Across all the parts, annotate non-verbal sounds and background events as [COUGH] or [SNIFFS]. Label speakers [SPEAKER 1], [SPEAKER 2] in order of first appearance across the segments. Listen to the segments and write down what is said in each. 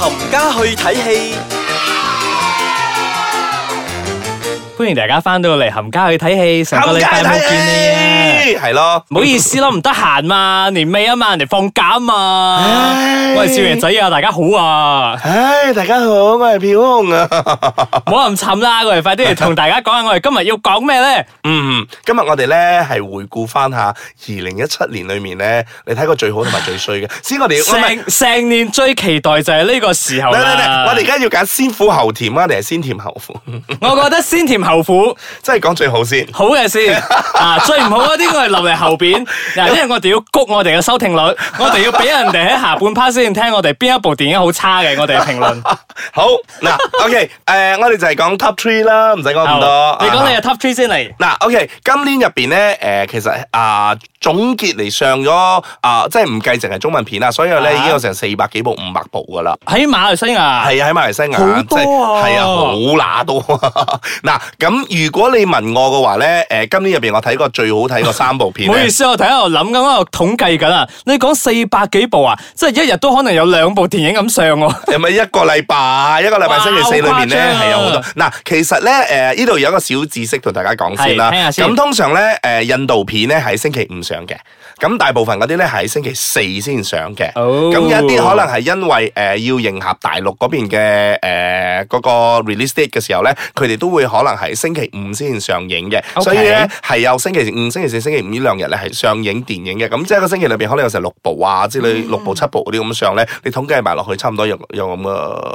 [SPEAKER 1] 冚家去睇戲，
[SPEAKER 2] 歡迎大家翻到嚟冚家去睇戲，上個
[SPEAKER 1] 冚
[SPEAKER 2] 禮
[SPEAKER 1] 家
[SPEAKER 2] 拜
[SPEAKER 1] 去
[SPEAKER 2] 冇見你啊，
[SPEAKER 1] 睇戲，係咯，
[SPEAKER 2] 唔好意思啦，唔得閒嘛，年尾啊嘛，人哋放假啊嘛，
[SPEAKER 1] 唉
[SPEAKER 2] 我係少爺仔啊，大家好啊，
[SPEAKER 1] 唉，大家好，我係飄紅啊。
[SPEAKER 2] 唔好咁沉啦，我哋快啲嚟同大家講下，我哋今日要講咩咧？
[SPEAKER 1] 嗯，今日我哋咧係回顧翻下二零一七年裏面咧，你睇過最好同埋最衰
[SPEAKER 2] [LAUGHS]
[SPEAKER 1] 嘅。先我哋要唔係
[SPEAKER 2] 成成年最期待就係呢個時候
[SPEAKER 1] 嚟嚟嚟，
[SPEAKER 2] 啦，
[SPEAKER 1] 我哋而家要揀先苦後甜啊，定係先甜後
[SPEAKER 2] [LAUGHS]
[SPEAKER 1] 苦？
[SPEAKER 2] 我覺得先甜後
[SPEAKER 1] [LAUGHS]
[SPEAKER 2] 苦。
[SPEAKER 1] 即係講最好先。
[SPEAKER 2] 好嘅先，啊最唔好嗰啲我哋留嚟後
[SPEAKER 1] [LAUGHS]
[SPEAKER 2] 邊，嗱，因為我哋要谷我哋嘅收聽率，我哋要俾人哋喺下半 part 先聽我哋邊一部電影好差嘅，我哋嘅評論。
[SPEAKER 1] 好嗱，OK，誒、我哋就係講 top three 啦，唔使講咁多。
[SPEAKER 2] 你講你
[SPEAKER 1] 啊
[SPEAKER 2] 嘅 top three 先嚟，
[SPEAKER 1] 嗱，OK，今年入邊咧，誒、其實啊、總結嚟上咗啊、即係唔計淨係中文片啦，所以咧
[SPEAKER 2] 啊
[SPEAKER 1] 已經有成四百幾部、五百部噶啦。
[SPEAKER 2] 喺馬來西亞，
[SPEAKER 1] 係啊，喺馬來西亞
[SPEAKER 2] 好多啊
[SPEAKER 1] 即係係啊，好乸多 [LAUGHS] 啊。嗱，咁如果你問我嘅話咧，誒、今年入邊我睇過最好睇嗰三部片
[SPEAKER 2] 唔好意
[SPEAKER 1] 咧，
[SPEAKER 2] 思，我睇喺度諗緊，我喺度統計緊啊。你講四百幾部啊，即係一日都可能有兩部電影咁上喎。
[SPEAKER 1] 係咪一個禮拜一個禮拜星期四裏面咧
[SPEAKER 2] 哇好誇張啊
[SPEAKER 1] 係有好多？嗱，其實咧誒呢度有一個小知識同大家講先啦。
[SPEAKER 2] 係聽下先
[SPEAKER 1] 咁通常咧誒、印度片咧喺星期五上嘅，咁大部分嗰啲咧係星期四先上嘅。
[SPEAKER 2] 哦
[SPEAKER 1] 咁有一啲可能係因為誒、要迎合大陸嗰邊嘅誒嗰個 release date 嘅時候咧，佢哋都會可能係星期五先上映嘅
[SPEAKER 2] OK
[SPEAKER 1] 所以咧係有星期五、星期四、星期五呢兩日咧係上映電影嘅。咁即係一個星期裏邊可能有成六部啊之類，六部七部嗰啲咁上咧，你統計埋落去差唔多有有咁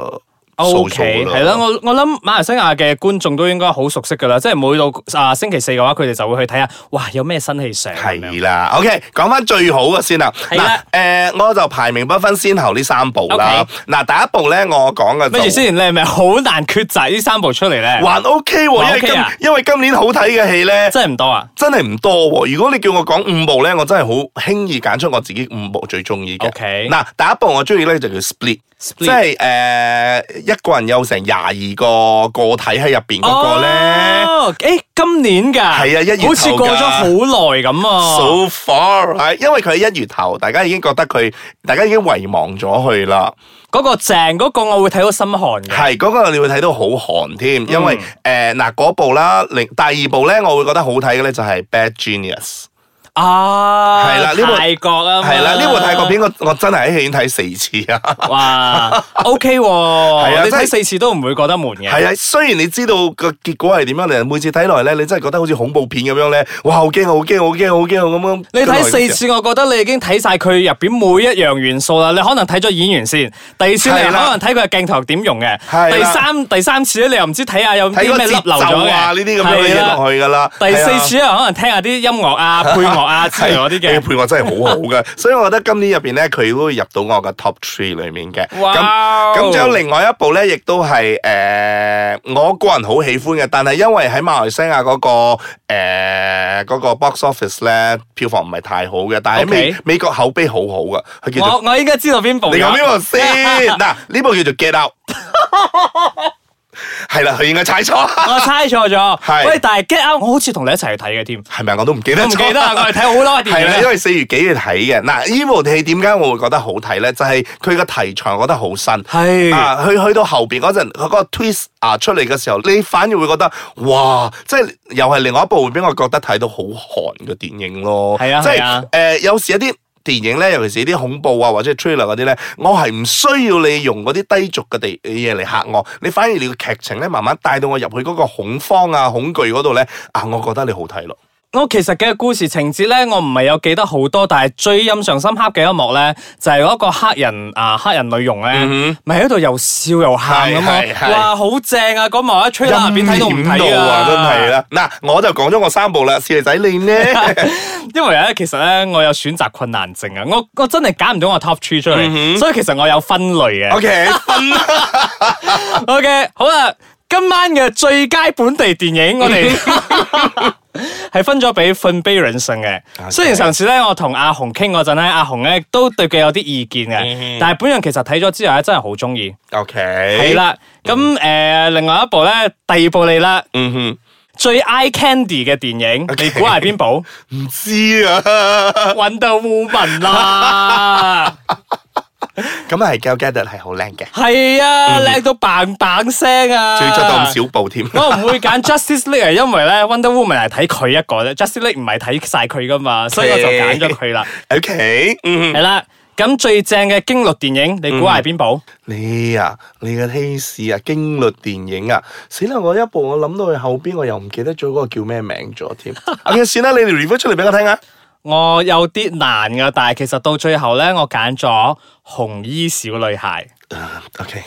[SPEAKER 1] 嘅數
[SPEAKER 2] O
[SPEAKER 1] 數
[SPEAKER 2] K，
[SPEAKER 1] 㗎
[SPEAKER 2] 係啦，。我我諗馬來西亞嘅觀眾都應該好熟悉噶啦，即係每到啊星期四嘅話，佢哋就會去睇下，哇有咩新戲上咁樣
[SPEAKER 1] 係啦，OK，講翻最好嘅先啦。
[SPEAKER 2] 係啦
[SPEAKER 1] 嗱，誒，我就排名不分先後呢三部啦
[SPEAKER 2] OK。
[SPEAKER 1] 嗱，第一部咧，我講嘅
[SPEAKER 2] 跟住
[SPEAKER 1] 就
[SPEAKER 2] 之前，你係咪好難抉擇呢三部出嚟咧？
[SPEAKER 1] 還 OK 喎，因
[SPEAKER 2] 還
[SPEAKER 1] 為
[SPEAKER 2] OK
[SPEAKER 1] 今
[SPEAKER 2] 啊
[SPEAKER 1] 因為今年好睇嘅戲咧。
[SPEAKER 2] 真係唔多啊。
[SPEAKER 1] 真係唔多喎！如果你叫我講五部咧，我真係好輕易揀出我自己五部最中意嘅。
[SPEAKER 2] OK
[SPEAKER 1] 嗱，第一部我中意咧就叫 Split，即
[SPEAKER 2] Split
[SPEAKER 1] 係誒、呃一個人有成廿二個個體喺入邊嗰個咧。
[SPEAKER 2] 哦，誒，今年噶，
[SPEAKER 1] 係啊一月頭㗎
[SPEAKER 2] 好似過咗好耐咁啊。
[SPEAKER 1] So far，係因為佢喺一月頭，大家已經覺得佢，大家已經遺忘咗佢啦。
[SPEAKER 2] 嗰個正嗰個我會睇到心寒嘅。
[SPEAKER 1] 係嗰、個你會睇到好寒
[SPEAKER 2] 嗯
[SPEAKER 1] 添，因為誒嗱嗰部啦，另第二部咧，我會覺得好睇嘅咧就係 Bad Genius。
[SPEAKER 2] 啊，
[SPEAKER 1] 係啦呢部
[SPEAKER 2] 泰國啊嘛，
[SPEAKER 1] 係啦，呢部泰國片我我真係喺戲院睇四次啊！ [LAUGHS]
[SPEAKER 2] 哇，OK
[SPEAKER 1] 係啊
[SPEAKER 2] 喎，你
[SPEAKER 1] 真係
[SPEAKER 2] 睇四次都唔會覺得悶嘅。
[SPEAKER 1] 係啊，雖然你知道個結果係點樣，你每次睇落嚟咧，你真係覺得好似恐怖片咁樣咧，哇！好驚，好驚，好驚，好驚好咁樣。
[SPEAKER 2] 你睇四次，我覺得你已經睇晒佢入邊每一樣元素啦。你可能睇咗演員先，第二次你
[SPEAKER 1] 係
[SPEAKER 2] 可
[SPEAKER 1] 啦
[SPEAKER 2] 能睇佢嘅鏡頭點用嘅，
[SPEAKER 1] 係啦
[SPEAKER 2] 第三第三次咧你又唔知睇下有
[SPEAKER 1] 睇
[SPEAKER 2] 啲
[SPEAKER 1] 個
[SPEAKER 2] 咩
[SPEAKER 1] 節
[SPEAKER 2] 粒漏咗
[SPEAKER 1] 奏
[SPEAKER 2] 嘅
[SPEAKER 1] 啊，呢啲咁樣嘅
[SPEAKER 2] 係啦
[SPEAKER 1] 嘢落去㗎啦。
[SPEAKER 2] 第
[SPEAKER 1] 係
[SPEAKER 2] 四
[SPEAKER 1] 啊
[SPEAKER 2] 次咧，可能聽下啲音樂
[SPEAKER 1] [LAUGHS]
[SPEAKER 2] 啊、配樂啊之類嗰啲
[SPEAKER 1] 你
[SPEAKER 2] 嘅。
[SPEAKER 1] 哎配樂真係好好
[SPEAKER 2] [LAUGHS]
[SPEAKER 1] 嘅，所以我覺得今年入邊咧，佢都會入到我嘅 top three 裡面嘅。咁
[SPEAKER 2] 哇！
[SPEAKER 1] 咁仲有另外一部咧，亦都係誒、呃我個人好喜歡嘅，但係因為喺馬來西亞嗰、個誒嗰、個 box office 咧票房唔係太好嘅，但係喺美
[SPEAKER 2] OK
[SPEAKER 1] 美國口碑好好嘅，佢叫做
[SPEAKER 2] 我我應該知道邊部㗎。
[SPEAKER 1] 你講邊個
[SPEAKER 2] [LAUGHS]
[SPEAKER 1] 先？嗱，呢部叫做 Get Out，係啦，佢應該猜錯，
[SPEAKER 2] 我猜錯
[SPEAKER 1] 係
[SPEAKER 2] 咗。喂，但係 Get Out 我好似同你一齊去睇嘅添，
[SPEAKER 1] 係咪啊？我都唔記得
[SPEAKER 2] 我唔
[SPEAKER 1] 咗，
[SPEAKER 2] 記得
[SPEAKER 1] [LAUGHS]
[SPEAKER 2] 啦，我係睇好耐
[SPEAKER 1] 係啦，
[SPEAKER 2] 嘅電
[SPEAKER 1] 因
[SPEAKER 2] 影。啊
[SPEAKER 1] 為四月幾去睇嘅。嗱，呢部戲點解我會覺得好睇咧？就係佢個題材，我覺得好新。
[SPEAKER 2] 係
[SPEAKER 1] 啊，去去到後邊嗰陣，佢嗰個 twist 啊出嚟嘅時候，你反而會覺得哇，即係又係另外一部會俾我覺得睇到好寒嘅電影咯。
[SPEAKER 2] 係啊
[SPEAKER 1] 即
[SPEAKER 2] 係
[SPEAKER 1] 係
[SPEAKER 2] 啊
[SPEAKER 1] 誒，有時一啲。電影咧，尤其是啲恐怖啊或者 trailer 嗰啲咧，我係唔需要你用嗰啲低俗嘅地嘢嚟嚇我，你反而你個劇情咧慢慢帶到我入去嗰個恐慌啊恐懼嗰度咧，啊，我覺得你好睇咯。
[SPEAKER 2] 我哦其實嘅故事情節咧，我唔係有記得好多，但係最印象深刻嘅一幕咧，就係嗰個黑人啊黑人女傭咧，咪喺度又笑又喊咁
[SPEAKER 1] 嗯係係係
[SPEAKER 2] 啊！哇，好正啊！嗰幕喺吹喇邊睇到唔睇啊！
[SPEAKER 1] 真係！啦。嗱，我就講咗我三部啦，小女仔你呢？
[SPEAKER 2] [LAUGHS] 因為咧，其實咧，我有選擇困難症啊，我我真係揀唔到我 top three 出嚟，
[SPEAKER 1] 嗯
[SPEAKER 2] 所以其實我有分類嘅。
[SPEAKER 1] OK，分
[SPEAKER 2] OK，好啦，今晚嘅最佳本地電影，
[SPEAKER 1] [LAUGHS]
[SPEAKER 2] 我哋係分咗俾《瞓悲人性》嘅。雖然上次咧，我同阿紅傾嗰陣咧，阿紅咧都對佢有啲意見
[SPEAKER 1] 嗯
[SPEAKER 2] 嘅，但係本人其實睇咗之後咧，真係好中意。
[SPEAKER 1] OK，
[SPEAKER 2] 係，啦，咁誒，另外一部咧，第二部你啦，
[SPEAKER 1] 嗯哼，
[SPEAKER 2] 最 eye candy 嘅電影，你估係
[SPEAKER 1] [LAUGHS]
[SPEAKER 2] 邊部？
[SPEAKER 1] 唔知啊，
[SPEAKER 2] 揾到烏文啦！
[SPEAKER 1] 咁啊係 Gal Gadot 係好靚嘅，
[SPEAKER 2] 係啊，靚到棒棒聲啊！
[SPEAKER 1] 仲要嗯着到咁少布添。
[SPEAKER 2] 我唔會揀 Justice League 係因為咧 Wonder Woman 係睇佢一個啫，Justice League 唔係睇晒佢噶嘛，所以我就揀咗佢啦。
[SPEAKER 1] O K，嗯，
[SPEAKER 2] 係啦，咁最正嘅驚慄電影，你估下係邊部？
[SPEAKER 1] 你啊，你嘅 taste 啊，驚慄電影啊，死啦！我一部我諗到去後邊，我又唔記得咗嗰個叫咩名咗
[SPEAKER 2] [LAUGHS]
[SPEAKER 1] 添。OK，算啦，你哋 review 出嚟俾我聽啊。
[SPEAKER 2] 我有啲難噶，但係其實到最後咧，我揀咗紅衣小女孩。
[SPEAKER 1] 啊
[SPEAKER 2] [LAUGHS]
[SPEAKER 1] OK，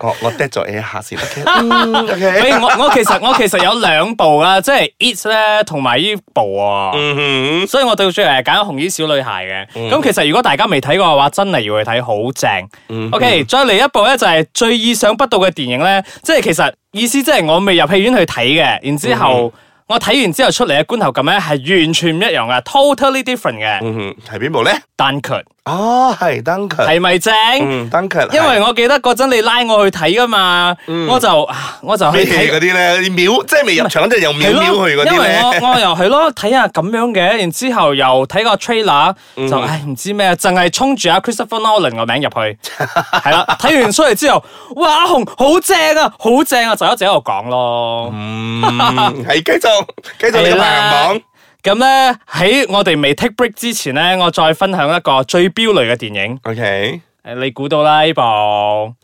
[SPEAKER 1] 我我 dead 咗你一下先。OK，嗯 OK，
[SPEAKER 2] 喂，我我其實我其實有兩部啦，即係 It 咧同埋呢部啊。
[SPEAKER 1] 嗯哼，
[SPEAKER 2] 所以我到最後係揀紅衣小女孩嘅。咁、
[SPEAKER 1] 嗯
[SPEAKER 2] 其實如果大家未睇過嘅話，真係要去睇，好正。OK，再
[SPEAKER 1] 嗯
[SPEAKER 2] 嚟一部咧就係、最意想不到嘅電影咧，即係其實意思即係我未入戲院去睇嘅，然之後、
[SPEAKER 1] 嗯
[SPEAKER 2] 我睇完之後出嚟嘅觀後感咧係完全唔一樣嘅，totally different 嘅。
[SPEAKER 1] 嗯哼，係邊部咧？
[SPEAKER 2] 單強
[SPEAKER 1] 哦，係 Duncan，
[SPEAKER 2] 係咪正？
[SPEAKER 1] 嗯，Duncan，
[SPEAKER 2] 因為我記得嗰陣你拉我去睇噶嘛，
[SPEAKER 1] 嗯
[SPEAKER 2] 我就啊我就去
[SPEAKER 1] 咩
[SPEAKER 2] 睇
[SPEAKER 1] 嗰啲咧，秒即係未入場嗰陣又秒
[SPEAKER 2] 係咯
[SPEAKER 1] 秒去嗰
[SPEAKER 2] 因
[SPEAKER 1] 啲
[SPEAKER 2] 為
[SPEAKER 1] 咧。 [LAUGHS]
[SPEAKER 2] 我我又係咯，睇下咁樣嘅，然之後又睇個 trailer，就
[SPEAKER 1] 嗯
[SPEAKER 2] 唉唔知咩，啊淨係衝住阿 Christopher Nolan 個名入去，係啦。睇完出嚟之後，哇阿紅好正啊，好正啊，就一直喺度講咯。
[SPEAKER 1] 嗯， [LAUGHS] 係繼續繼續你嘅
[SPEAKER 2] 係啦
[SPEAKER 1] 排行榜。
[SPEAKER 2] 咁咧喺我哋未 take break 之前咧，我再分享一個最飆淚嘅電影。
[SPEAKER 1] OK，
[SPEAKER 2] 誒，你估到啦呢部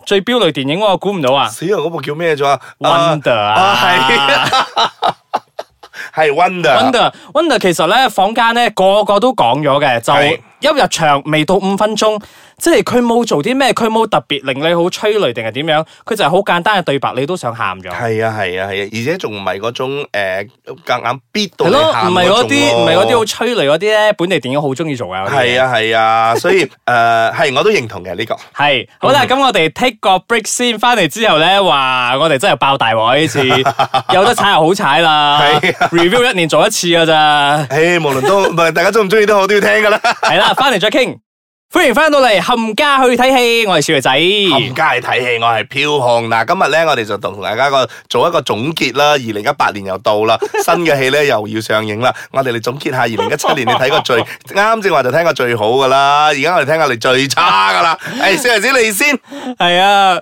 [SPEAKER 2] 最飆淚電影，我估唔到啊
[SPEAKER 1] 死啦！嗰部叫咩咗啊
[SPEAKER 2] Wonder
[SPEAKER 1] 啊，係
[SPEAKER 2] 啊
[SPEAKER 1] 係啊 Wonder。
[SPEAKER 2] Wonder，Wonder 其實咧坊間咧個個都講咗嘅，
[SPEAKER 1] 係
[SPEAKER 2] 就一入場未到五分鐘，即係佢冇做啲咩，佢冇特別令你好催淚定係點樣，佢就係好簡單嘅對白，你都想喊咗。
[SPEAKER 1] 係啊係啊係啊，而且仲唔係嗰種誒夾硬逼到
[SPEAKER 2] 係
[SPEAKER 1] 你
[SPEAKER 2] 咯，
[SPEAKER 1] 喊
[SPEAKER 2] 唔係嗰
[SPEAKER 1] 種
[SPEAKER 2] 啲，唔係嗰啲好
[SPEAKER 1] 喎
[SPEAKER 2] 催淚嗰啲咧，本地電影好中意做嘅。
[SPEAKER 1] 係
[SPEAKER 2] 啊，
[SPEAKER 1] 啊係啊，所以誒係我都認同嘅呢個。
[SPEAKER 2] 係好啦，咁我哋 take 個 break 先，翻嚟之後咧，話我哋真係爆大鑊呢次，
[SPEAKER 1] [LAUGHS]
[SPEAKER 2] 有得踩就好踩啦
[SPEAKER 1] 係啊
[SPEAKER 2] ，review 一年做一次㗎咋。
[SPEAKER 1] [LAUGHS] 誒，無論都唔係大家中唔中意都好，都要聽㗎啦。
[SPEAKER 2] 系啦，翻嚟再倾。欢迎翻到嚟冚家去睇戏，我系小肥仔。
[SPEAKER 1] [LAUGHS] 冚家去睇戲，我係飄紅。嗱，今日咧我哋就同大家個做一個總結啦。二零一八年又到 [LAUGHS] 啦，新嘅戲咧又要上映啦。我哋嚟總結下二零一七年你睇過最啱正話就聽過最好噶啦，而家我哋聽下你最差 [LAUGHS] 噶啦。誒、小黎子你先，
[SPEAKER 2] 系啊，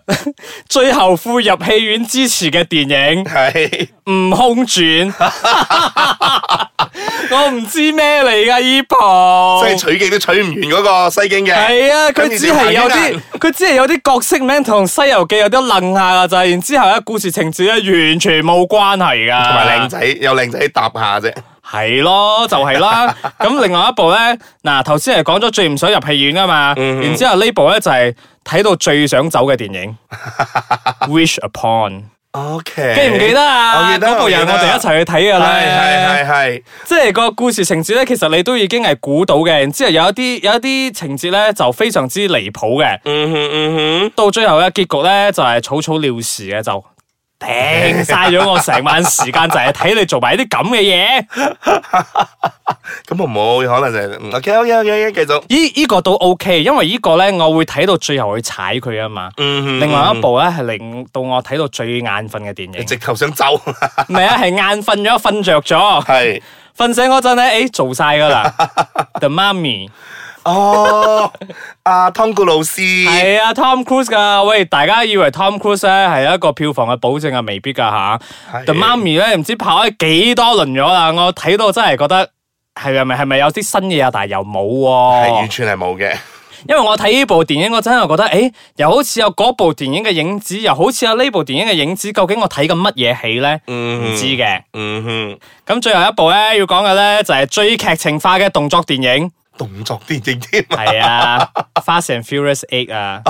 [SPEAKER 2] 最後悔入戲院支持嘅電影
[SPEAKER 1] 係
[SPEAKER 2] 《悟空傳》， [LAUGHS] 我唔知咩嚟㗎，E 依部。
[SPEAKER 1] 即係取景都取唔完嗰個西京嘅。
[SPEAKER 2] 係啊，佢只係
[SPEAKER 1] 跟
[SPEAKER 2] 有
[SPEAKER 1] 住
[SPEAKER 2] 啲，佢只係有啲角色名同《西遊記》有啲楞下㗎咋，然之後咧故事情節咧完全冇關係㗎。
[SPEAKER 1] 同埋靚仔有靚仔搭下啫。
[SPEAKER 2] 係咯，就係啦。
[SPEAKER 1] [LAUGHS]
[SPEAKER 2] 咁另外一部咧，嗱頭先係講咗最唔想入戲院噶嘛，
[SPEAKER 1] 嗯
[SPEAKER 2] 然之後呢部咧就係睇到最想走嘅電
[SPEAKER 1] [LAUGHS]
[SPEAKER 2] 影《Wish Upon》，
[SPEAKER 1] O K，
[SPEAKER 2] 記唔記得啊？
[SPEAKER 1] 我記得
[SPEAKER 2] 嗰部又係我哋一齊去睇㗎
[SPEAKER 1] 係
[SPEAKER 2] 啦。
[SPEAKER 1] 係係係。
[SPEAKER 2] 即係個故事情節咧，其實你都已經係估到嘅。然之後有一啲有一啲情節咧就非常之離譜嘅，
[SPEAKER 1] 嗯哼嗯
[SPEAKER 2] 到最後嘅結局咧就係草草了事嘅就。掟晒咗我成晚時間，就係睇你做埋啲咁嘅嘢。
[SPEAKER 1] 哼，咁我冇可能就係 O K O K O K，繼續。
[SPEAKER 2] 依依個都 OK，因為依個咧我會睇到最後去踩佢啊嘛。
[SPEAKER 1] 嗯哼
[SPEAKER 2] 另外一部咧係令到我睇到最眼瞓嘅電影，
[SPEAKER 1] 直頭想走。 [LAUGHS]
[SPEAKER 2] 唔係啊係眼瞓咗，瞓着咗，
[SPEAKER 1] 係。
[SPEAKER 2] 瞓醒嗰陣
[SPEAKER 1] [LAUGHS]
[SPEAKER 2] 咧，誒做晒㗎啦。The Mummy
[SPEAKER 1] 哦，阿湯古老師。
[SPEAKER 2] 係啊，Tom Cruise 㗎，喂大家以為 Tom Cruise 咧係一個票房嘅保證啊，未必㗎吓。
[SPEAKER 1] 係
[SPEAKER 2] The Mummy 咧唔知拍咗幾多輪咗啦，我睇到真係覺得係咪係咪有啲新嘢啊？但係又冇
[SPEAKER 1] 係
[SPEAKER 2] 喎
[SPEAKER 1] 完。全係冇嘅，
[SPEAKER 2] 因為我睇呢部電影，我真係覺得，誒，又好似有嗰部電影嘅影子，又好似有呢部電影嘅影子。究竟我睇緊乜嘢戲呢？
[SPEAKER 1] 嗯
[SPEAKER 2] 唔知嘅。
[SPEAKER 1] 嗯哼， [LAUGHS]
[SPEAKER 2] 咁最後一部呢，要講嘅呢，就係最劇情化嘅動作電影，
[SPEAKER 1] 動作電影添啊！
[SPEAKER 2] [LAUGHS] 係啊，《Fast and Furious Eight》啊，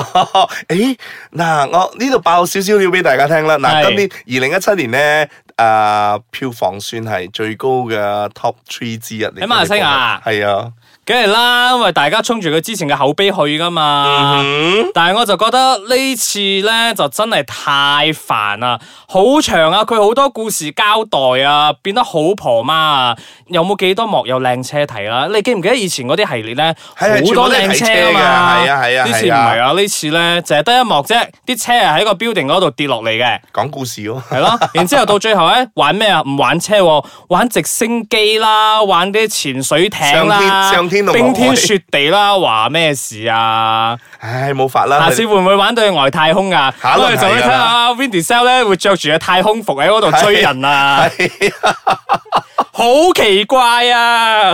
[SPEAKER 1] 誒嗱，我呢度爆少少料俾大家聽啦。嗱，今
[SPEAKER 2] 係
[SPEAKER 1] 年二零一七年咧，誒票房算係最高嘅 top three 之一嚟嘅。
[SPEAKER 2] 喺馬來西亞
[SPEAKER 1] 係啊，
[SPEAKER 2] 梗係啦，因為大家衝住佢之前嘅口碑去噶嘛。
[SPEAKER 1] 嗯，
[SPEAKER 2] 但係我就覺得呢次呢，就真係太煩啦，好長啊，佢好多故事交代啊，變得好婆媽啊，有冇幾多幕有靚車睇啦？你記唔記得以前嗰啲系列呢？好
[SPEAKER 1] 係啊
[SPEAKER 2] 多靚車啊嘛？
[SPEAKER 1] 全部都係睇車㗎係啊係啊
[SPEAKER 2] 呢次唔係啊，呢次呢，就係得一幕啫，啲車係喺個 building 嗰度跌落嚟嘅。
[SPEAKER 1] 講故事咯。
[SPEAKER 2] 係咯，然之后到最後咧，玩咩啊？唔玩車喎，玩直升機啦，玩啲潛水艇
[SPEAKER 1] 上天
[SPEAKER 2] 啦，
[SPEAKER 1] 上天天同
[SPEAKER 2] 冰天
[SPEAKER 1] 海
[SPEAKER 2] 雪地啦，話咩事啊？
[SPEAKER 1] 唉，冇法啦。
[SPEAKER 2] 下次會唔會玩到去外太空啊？
[SPEAKER 1] 下一輪
[SPEAKER 2] 我哋就會
[SPEAKER 1] 係㗎
[SPEAKER 2] 睇下 Windy Cell 咧會着住個太空服喺嗰度追人啊！
[SPEAKER 1] [LAUGHS] 係
[SPEAKER 2] 好奇怪啊！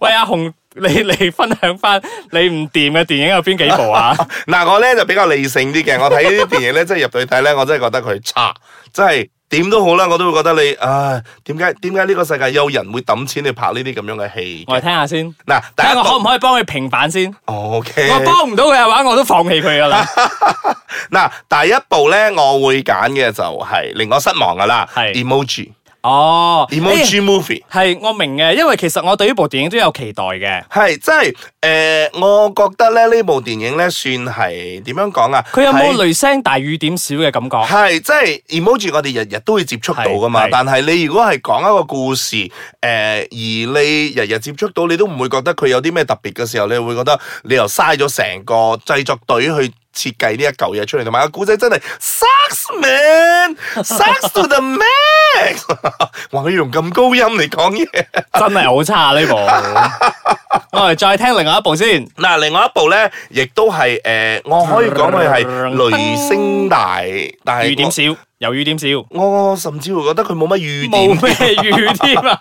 [SPEAKER 2] 喂，阿紅，你你分享翻你唔掂嘅電影有邊幾
[SPEAKER 1] [LAUGHS]
[SPEAKER 2] 部啊？
[SPEAKER 1] 嗱，我咧就比較理性啲嘅，我睇呢啲電影咧，真係入到去睇咧，我真係覺得佢差，真係點都好啦，我都會覺得你啊，點解點解呢個世界有人會抌錢去拍呢啲咁樣嘅戲？
[SPEAKER 2] 我哋聽下先，
[SPEAKER 1] 嗱，第
[SPEAKER 2] 睇下
[SPEAKER 1] 一
[SPEAKER 2] 我可唔
[SPEAKER 1] 部
[SPEAKER 2] 可以幫佢平反先？
[SPEAKER 1] O K，
[SPEAKER 2] 我幫唔到佢嘅話，我都放棄佢噶啦。
[SPEAKER 1] 嗱，第一部咧，我會揀嘅就係令我失望噶啦
[SPEAKER 2] 係
[SPEAKER 1] ，emoji
[SPEAKER 2] 哦哎
[SPEAKER 1] emoji movie。
[SPEAKER 2] 係我明嘅，因為其實我對呢部電影都有期待嘅。
[SPEAKER 1] 係，即係诶、呃我覺得咧呢部電影咧算係點樣講啊？
[SPEAKER 2] 佢有冇
[SPEAKER 1] 係
[SPEAKER 2] 雷聲大雨點小嘅感覺？
[SPEAKER 1] 係即係 emoji，我哋日日都會接觸到噶嘛
[SPEAKER 2] 係係。
[SPEAKER 1] 但哦係你如果係講一個故事，诶、而你日日接觸到，你都唔會覺得佢有啲咩特別嘅時候，你會覺得你又嘥咗成個製作隊去設計呢一嚿嘢出嚟，同埋個故仔 [LAUGHS] 真係 sucks man，sucks to the max。哇！佢用咁高音嚟講嘢。
[SPEAKER 2] 真係好差啊
[SPEAKER 1] [LAUGHS]
[SPEAKER 2] 呢部。我哋再聽另外一部先。
[SPEAKER 1] 嗱，另外一部咧，亦都係诶、呃我可以講佢係雷聲大，但
[SPEAKER 2] 雨點
[SPEAKER 1] 係
[SPEAKER 2] 少，有雨點少，
[SPEAKER 1] 我我甚至會覺得佢冇乜雨
[SPEAKER 2] 冇
[SPEAKER 1] 點。
[SPEAKER 2] 咩雨添
[SPEAKER 1] [LAUGHS]
[SPEAKER 2] 啊！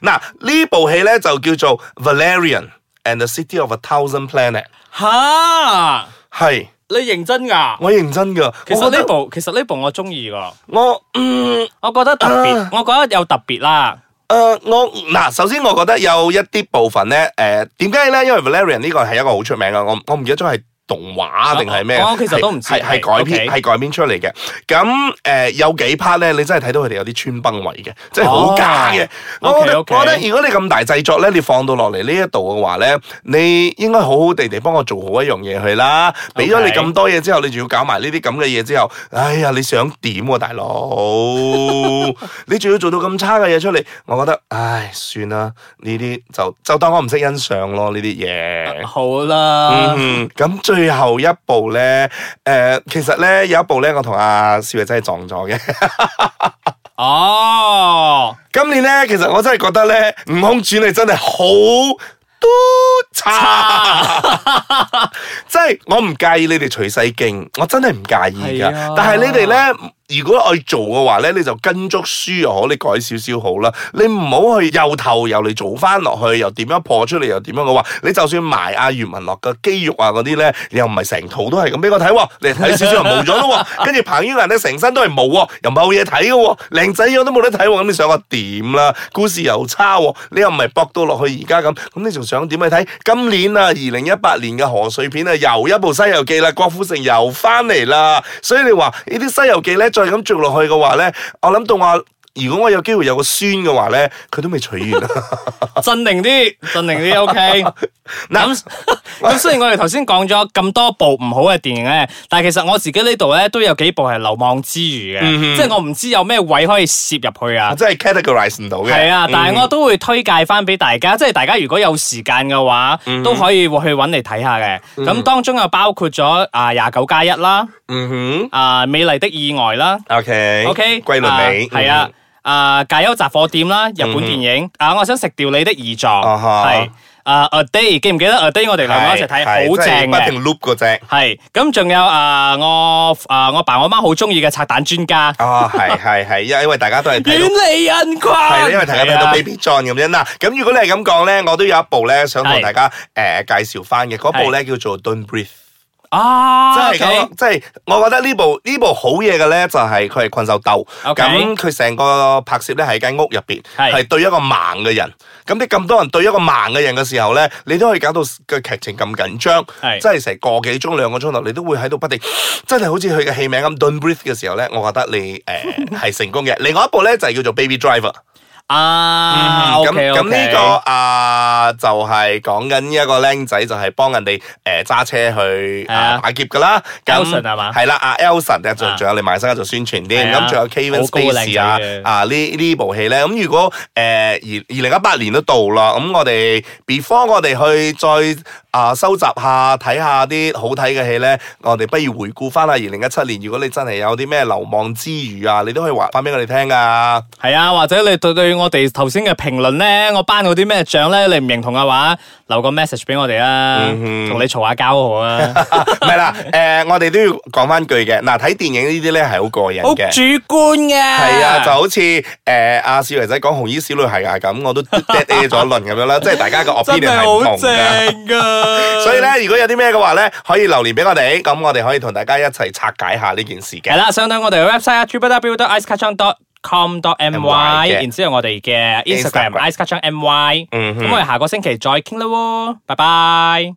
[SPEAKER 1] 嗱，呢部戲咧就叫做《Valerian and the City of a Thousand Planet》，
[SPEAKER 2] 吓，
[SPEAKER 1] 係
[SPEAKER 2] 你認真㗎？
[SPEAKER 1] 我認真噶，
[SPEAKER 2] 其
[SPEAKER 1] 我
[SPEAKER 2] 實
[SPEAKER 1] 覺
[SPEAKER 2] 呢
[SPEAKER 1] 得
[SPEAKER 2] 部其實呢部我中意㗎，
[SPEAKER 1] 我嗯。
[SPEAKER 2] 我覺得特別，我覺得有特別啦。
[SPEAKER 1] 誒、呃我嗱，首先我覺得有一啲部分咧，誒點解咧？因為 Valerian 呢個係一個好出名嘅，我我唔記得咗係動畫定係咩，
[SPEAKER 2] 我我哦其實都唔知
[SPEAKER 1] 係係係改編
[SPEAKER 2] OK
[SPEAKER 1] 係改編出嚟嘅。咁誒、有幾 part 咧，你真係睇到佢哋有啲穿崩位嘅，即係好假嘅。
[SPEAKER 2] 哦
[SPEAKER 1] 我覺得
[SPEAKER 2] OK，OK
[SPEAKER 1] 我覺得如果你咁大製作咧，你放到落嚟呢一度嘅話咧，你應該好好地地幫我做好一樣嘢去啦。俾咗你
[SPEAKER 2] OK
[SPEAKER 1] 咁多嘢之後，你仲要搞埋呢啲咁嘅嘢之後，哎呀，你想點喎、大佬？ [LAUGHS] 你仲要做到咁差嘅嘢出嚟，我覺得，唉，算啦，呢啲就就當我唔識欣賞咯，呢啲嘢。
[SPEAKER 2] 好啦，
[SPEAKER 1] 嗯，咁最後一部咧，誒、其實咧有一部咧，我同阿少爺真係撞咗嘅。
[SPEAKER 2] 哦，
[SPEAKER 1] 今年咧，其實我真係覺得咧，《悟空傳》你真係好都
[SPEAKER 2] [LAUGHS]
[SPEAKER 1] 差，即係我唔介意你哋除世徑，我真係唔介意噶。
[SPEAKER 2] 係啊
[SPEAKER 1] 但係你哋咧，如果我做嘅話咧，你就跟足書又好，你改少少好啦。你唔好去由頭由嚟做翻落去，又點樣破出嚟，又點樣嘅話，你就算埋阿余文樂嘅肌肉啊嗰啲咧，又唔係成套都係咁俾我睇喎，你睇少少又冇咗咯喎。跟住彭于晏咧成身都係毛喎，又冇嘢睇嘅喎，靚仔樣都冇得睇喎，咁你想我點啦？故事又差喎，你又唔係搏到落去而家咁，咁你仲想點去睇？今年啊，二零一八年嘅賀歲片啊，又一部《西遊記》啦，郭富城又翻嚟啦，所以你話呢啲《西遊記》咧，再咁做落去嘅話咧，我諗到我。如果我有機會有個孫嘅話咧，佢都未取完啊！
[SPEAKER 2] [LAUGHS] 鎮定啲，鎮定啲，OK。咁咁雖然我哋頭先講咗咁多部唔好嘅電影咧，但係其實我自己呢度咧都有幾部係流亡之餘嘅，即係我唔知有咩位可以攝入去啊
[SPEAKER 1] 我。真係 categorize 唔到嘅。
[SPEAKER 2] 係啊，但係我都會推介翻俾大家，即係大家如果有時間嘅話，都可以去揾嚟睇下嘅。咁當中又包括咗啊廿九加一啦，
[SPEAKER 1] 嗯
[SPEAKER 2] 啊美麗的意外啦
[SPEAKER 1] 哼，OK
[SPEAKER 2] ，OK，
[SPEAKER 1] 桂綸鎂
[SPEAKER 2] 啊係啊。
[SPEAKER 1] Ừ.
[SPEAKER 2] 啊！解憂雜貨店啦，日本電影啊，我想食掉你的胰臟，
[SPEAKER 1] 啊哈
[SPEAKER 2] 係啊，A Day 記唔記得 A 啊 Day？我哋兩個一齊
[SPEAKER 1] 係
[SPEAKER 2] 睇，好正
[SPEAKER 1] 係
[SPEAKER 2] 啊
[SPEAKER 1] 真係不
[SPEAKER 2] 嘅。
[SPEAKER 1] 停 loop 嗰只
[SPEAKER 2] 係咁，仲有啊，我啊，我爸我媽好中意嘅拆彈專家，
[SPEAKER 1] 啊，係係係，因因為大家都係睇
[SPEAKER 2] 遠
[SPEAKER 1] 到。
[SPEAKER 2] 離人
[SPEAKER 1] [LAUGHS]
[SPEAKER 2] 群，
[SPEAKER 1] 係因為大家睇
[SPEAKER 2] 係
[SPEAKER 1] 到
[SPEAKER 2] 啊
[SPEAKER 1] Baby John 咁樣嗱，咁如果你係咁講咧，我都有一部咧想同
[SPEAKER 2] 係
[SPEAKER 1] 大家誒介紹翻嘅，嗰部咧叫做 Don't Breathe，即
[SPEAKER 2] 啊，
[SPEAKER 1] 係嗰
[SPEAKER 2] OK
[SPEAKER 1] 個即係我覺得呢部呢部好嘢嘅咧，就係佢係困獸鬥，
[SPEAKER 2] OK
[SPEAKER 1] 咁佢成個拍攝咧喺間屋入邊，
[SPEAKER 2] 係
[SPEAKER 1] 係對一個盲嘅人，咁你咁多人對一個盲嘅人嘅時候咧，你都可以搞到個劇情咁緊張，
[SPEAKER 2] 係
[SPEAKER 1] 即係成個幾鐘兩個鐘頭，你都會喺度不停， [SNIFFS] 真係好似佢嘅戲名咁 Don't Breathe 嘅時候咧，我覺得你誒
[SPEAKER 2] [LAUGHS]
[SPEAKER 1] 係成功嘅。另外一部咧就係叫做 Baby Driver。
[SPEAKER 2] 啊
[SPEAKER 1] 咁
[SPEAKER 2] OK，OK
[SPEAKER 1] 咁呢個啊就係講緊一個僆仔就係幫人哋誒揸車去
[SPEAKER 2] 係啊
[SPEAKER 1] 啊打劫噶啦。咁
[SPEAKER 2] Elson 係嘛
[SPEAKER 1] 係啦，阿 Elson 啊，仲
[SPEAKER 2] 啊
[SPEAKER 1] 仲有你埋身做宣傳
[SPEAKER 2] 係
[SPEAKER 1] 添。
[SPEAKER 2] 啊
[SPEAKER 1] 咁仲有 Kevin
[SPEAKER 2] 好高嘅靚
[SPEAKER 1] Spacey
[SPEAKER 2] 仔
[SPEAKER 1] 啊
[SPEAKER 2] 嘅
[SPEAKER 1] 啊呢呢部戲咧，咁如果誒二二零一八年都到啦，咁我哋 before 我哋去再啊收集下睇下啲好睇嘅戲咧，我哋不如回顧翻下二零一七年，如果你真係有啲咩流亡之餘啊，你都可以話翻俾我哋聽噶。
[SPEAKER 2] 係啊，或者你對對愛我哋頭先嘅評論咧，我頒嗰啲咩獎咧，你唔認同嘅話，留個 message 俾我哋啊，同你嘈下交好啊。
[SPEAKER 1] 唔係啦，诶，我哋都要講翻句嘅。嗱，睇電影呢啲咧係好過癮
[SPEAKER 2] 好
[SPEAKER 1] 嘅。
[SPEAKER 2] 主觀嘅，
[SPEAKER 1] 係
[SPEAKER 2] 係
[SPEAKER 1] 啊，就好似诶阿少爺仔講紅衣小女孩啊咁，
[SPEAKER 2] [LAUGHS]
[SPEAKER 1] 我都 dead air 咗一輪咁樣啦，即係大家個
[SPEAKER 2] 真
[SPEAKER 1] opinion
[SPEAKER 2] 係
[SPEAKER 1] 係唔
[SPEAKER 2] 好
[SPEAKER 1] 同㗎。
[SPEAKER 2] 正噶。
[SPEAKER 1] [LAUGHS] 所以咧，如果有啲咩嘅話咧，可以留言俾我哋，咁我哋可以同大家一齊拆解下呢件事
[SPEAKER 2] 係
[SPEAKER 1] 嘅。
[SPEAKER 2] 啦，上到我哋嘅 website 啊 www.iceketchup.com.my，
[SPEAKER 1] 嘅嗯
[SPEAKER 2] 然之後我哋嘅 Instagram
[SPEAKER 1] Instagram
[SPEAKER 2] iceketchupmy，
[SPEAKER 1] 嗯哼
[SPEAKER 2] 咁我哋下個星期再傾啦喎，拜拜。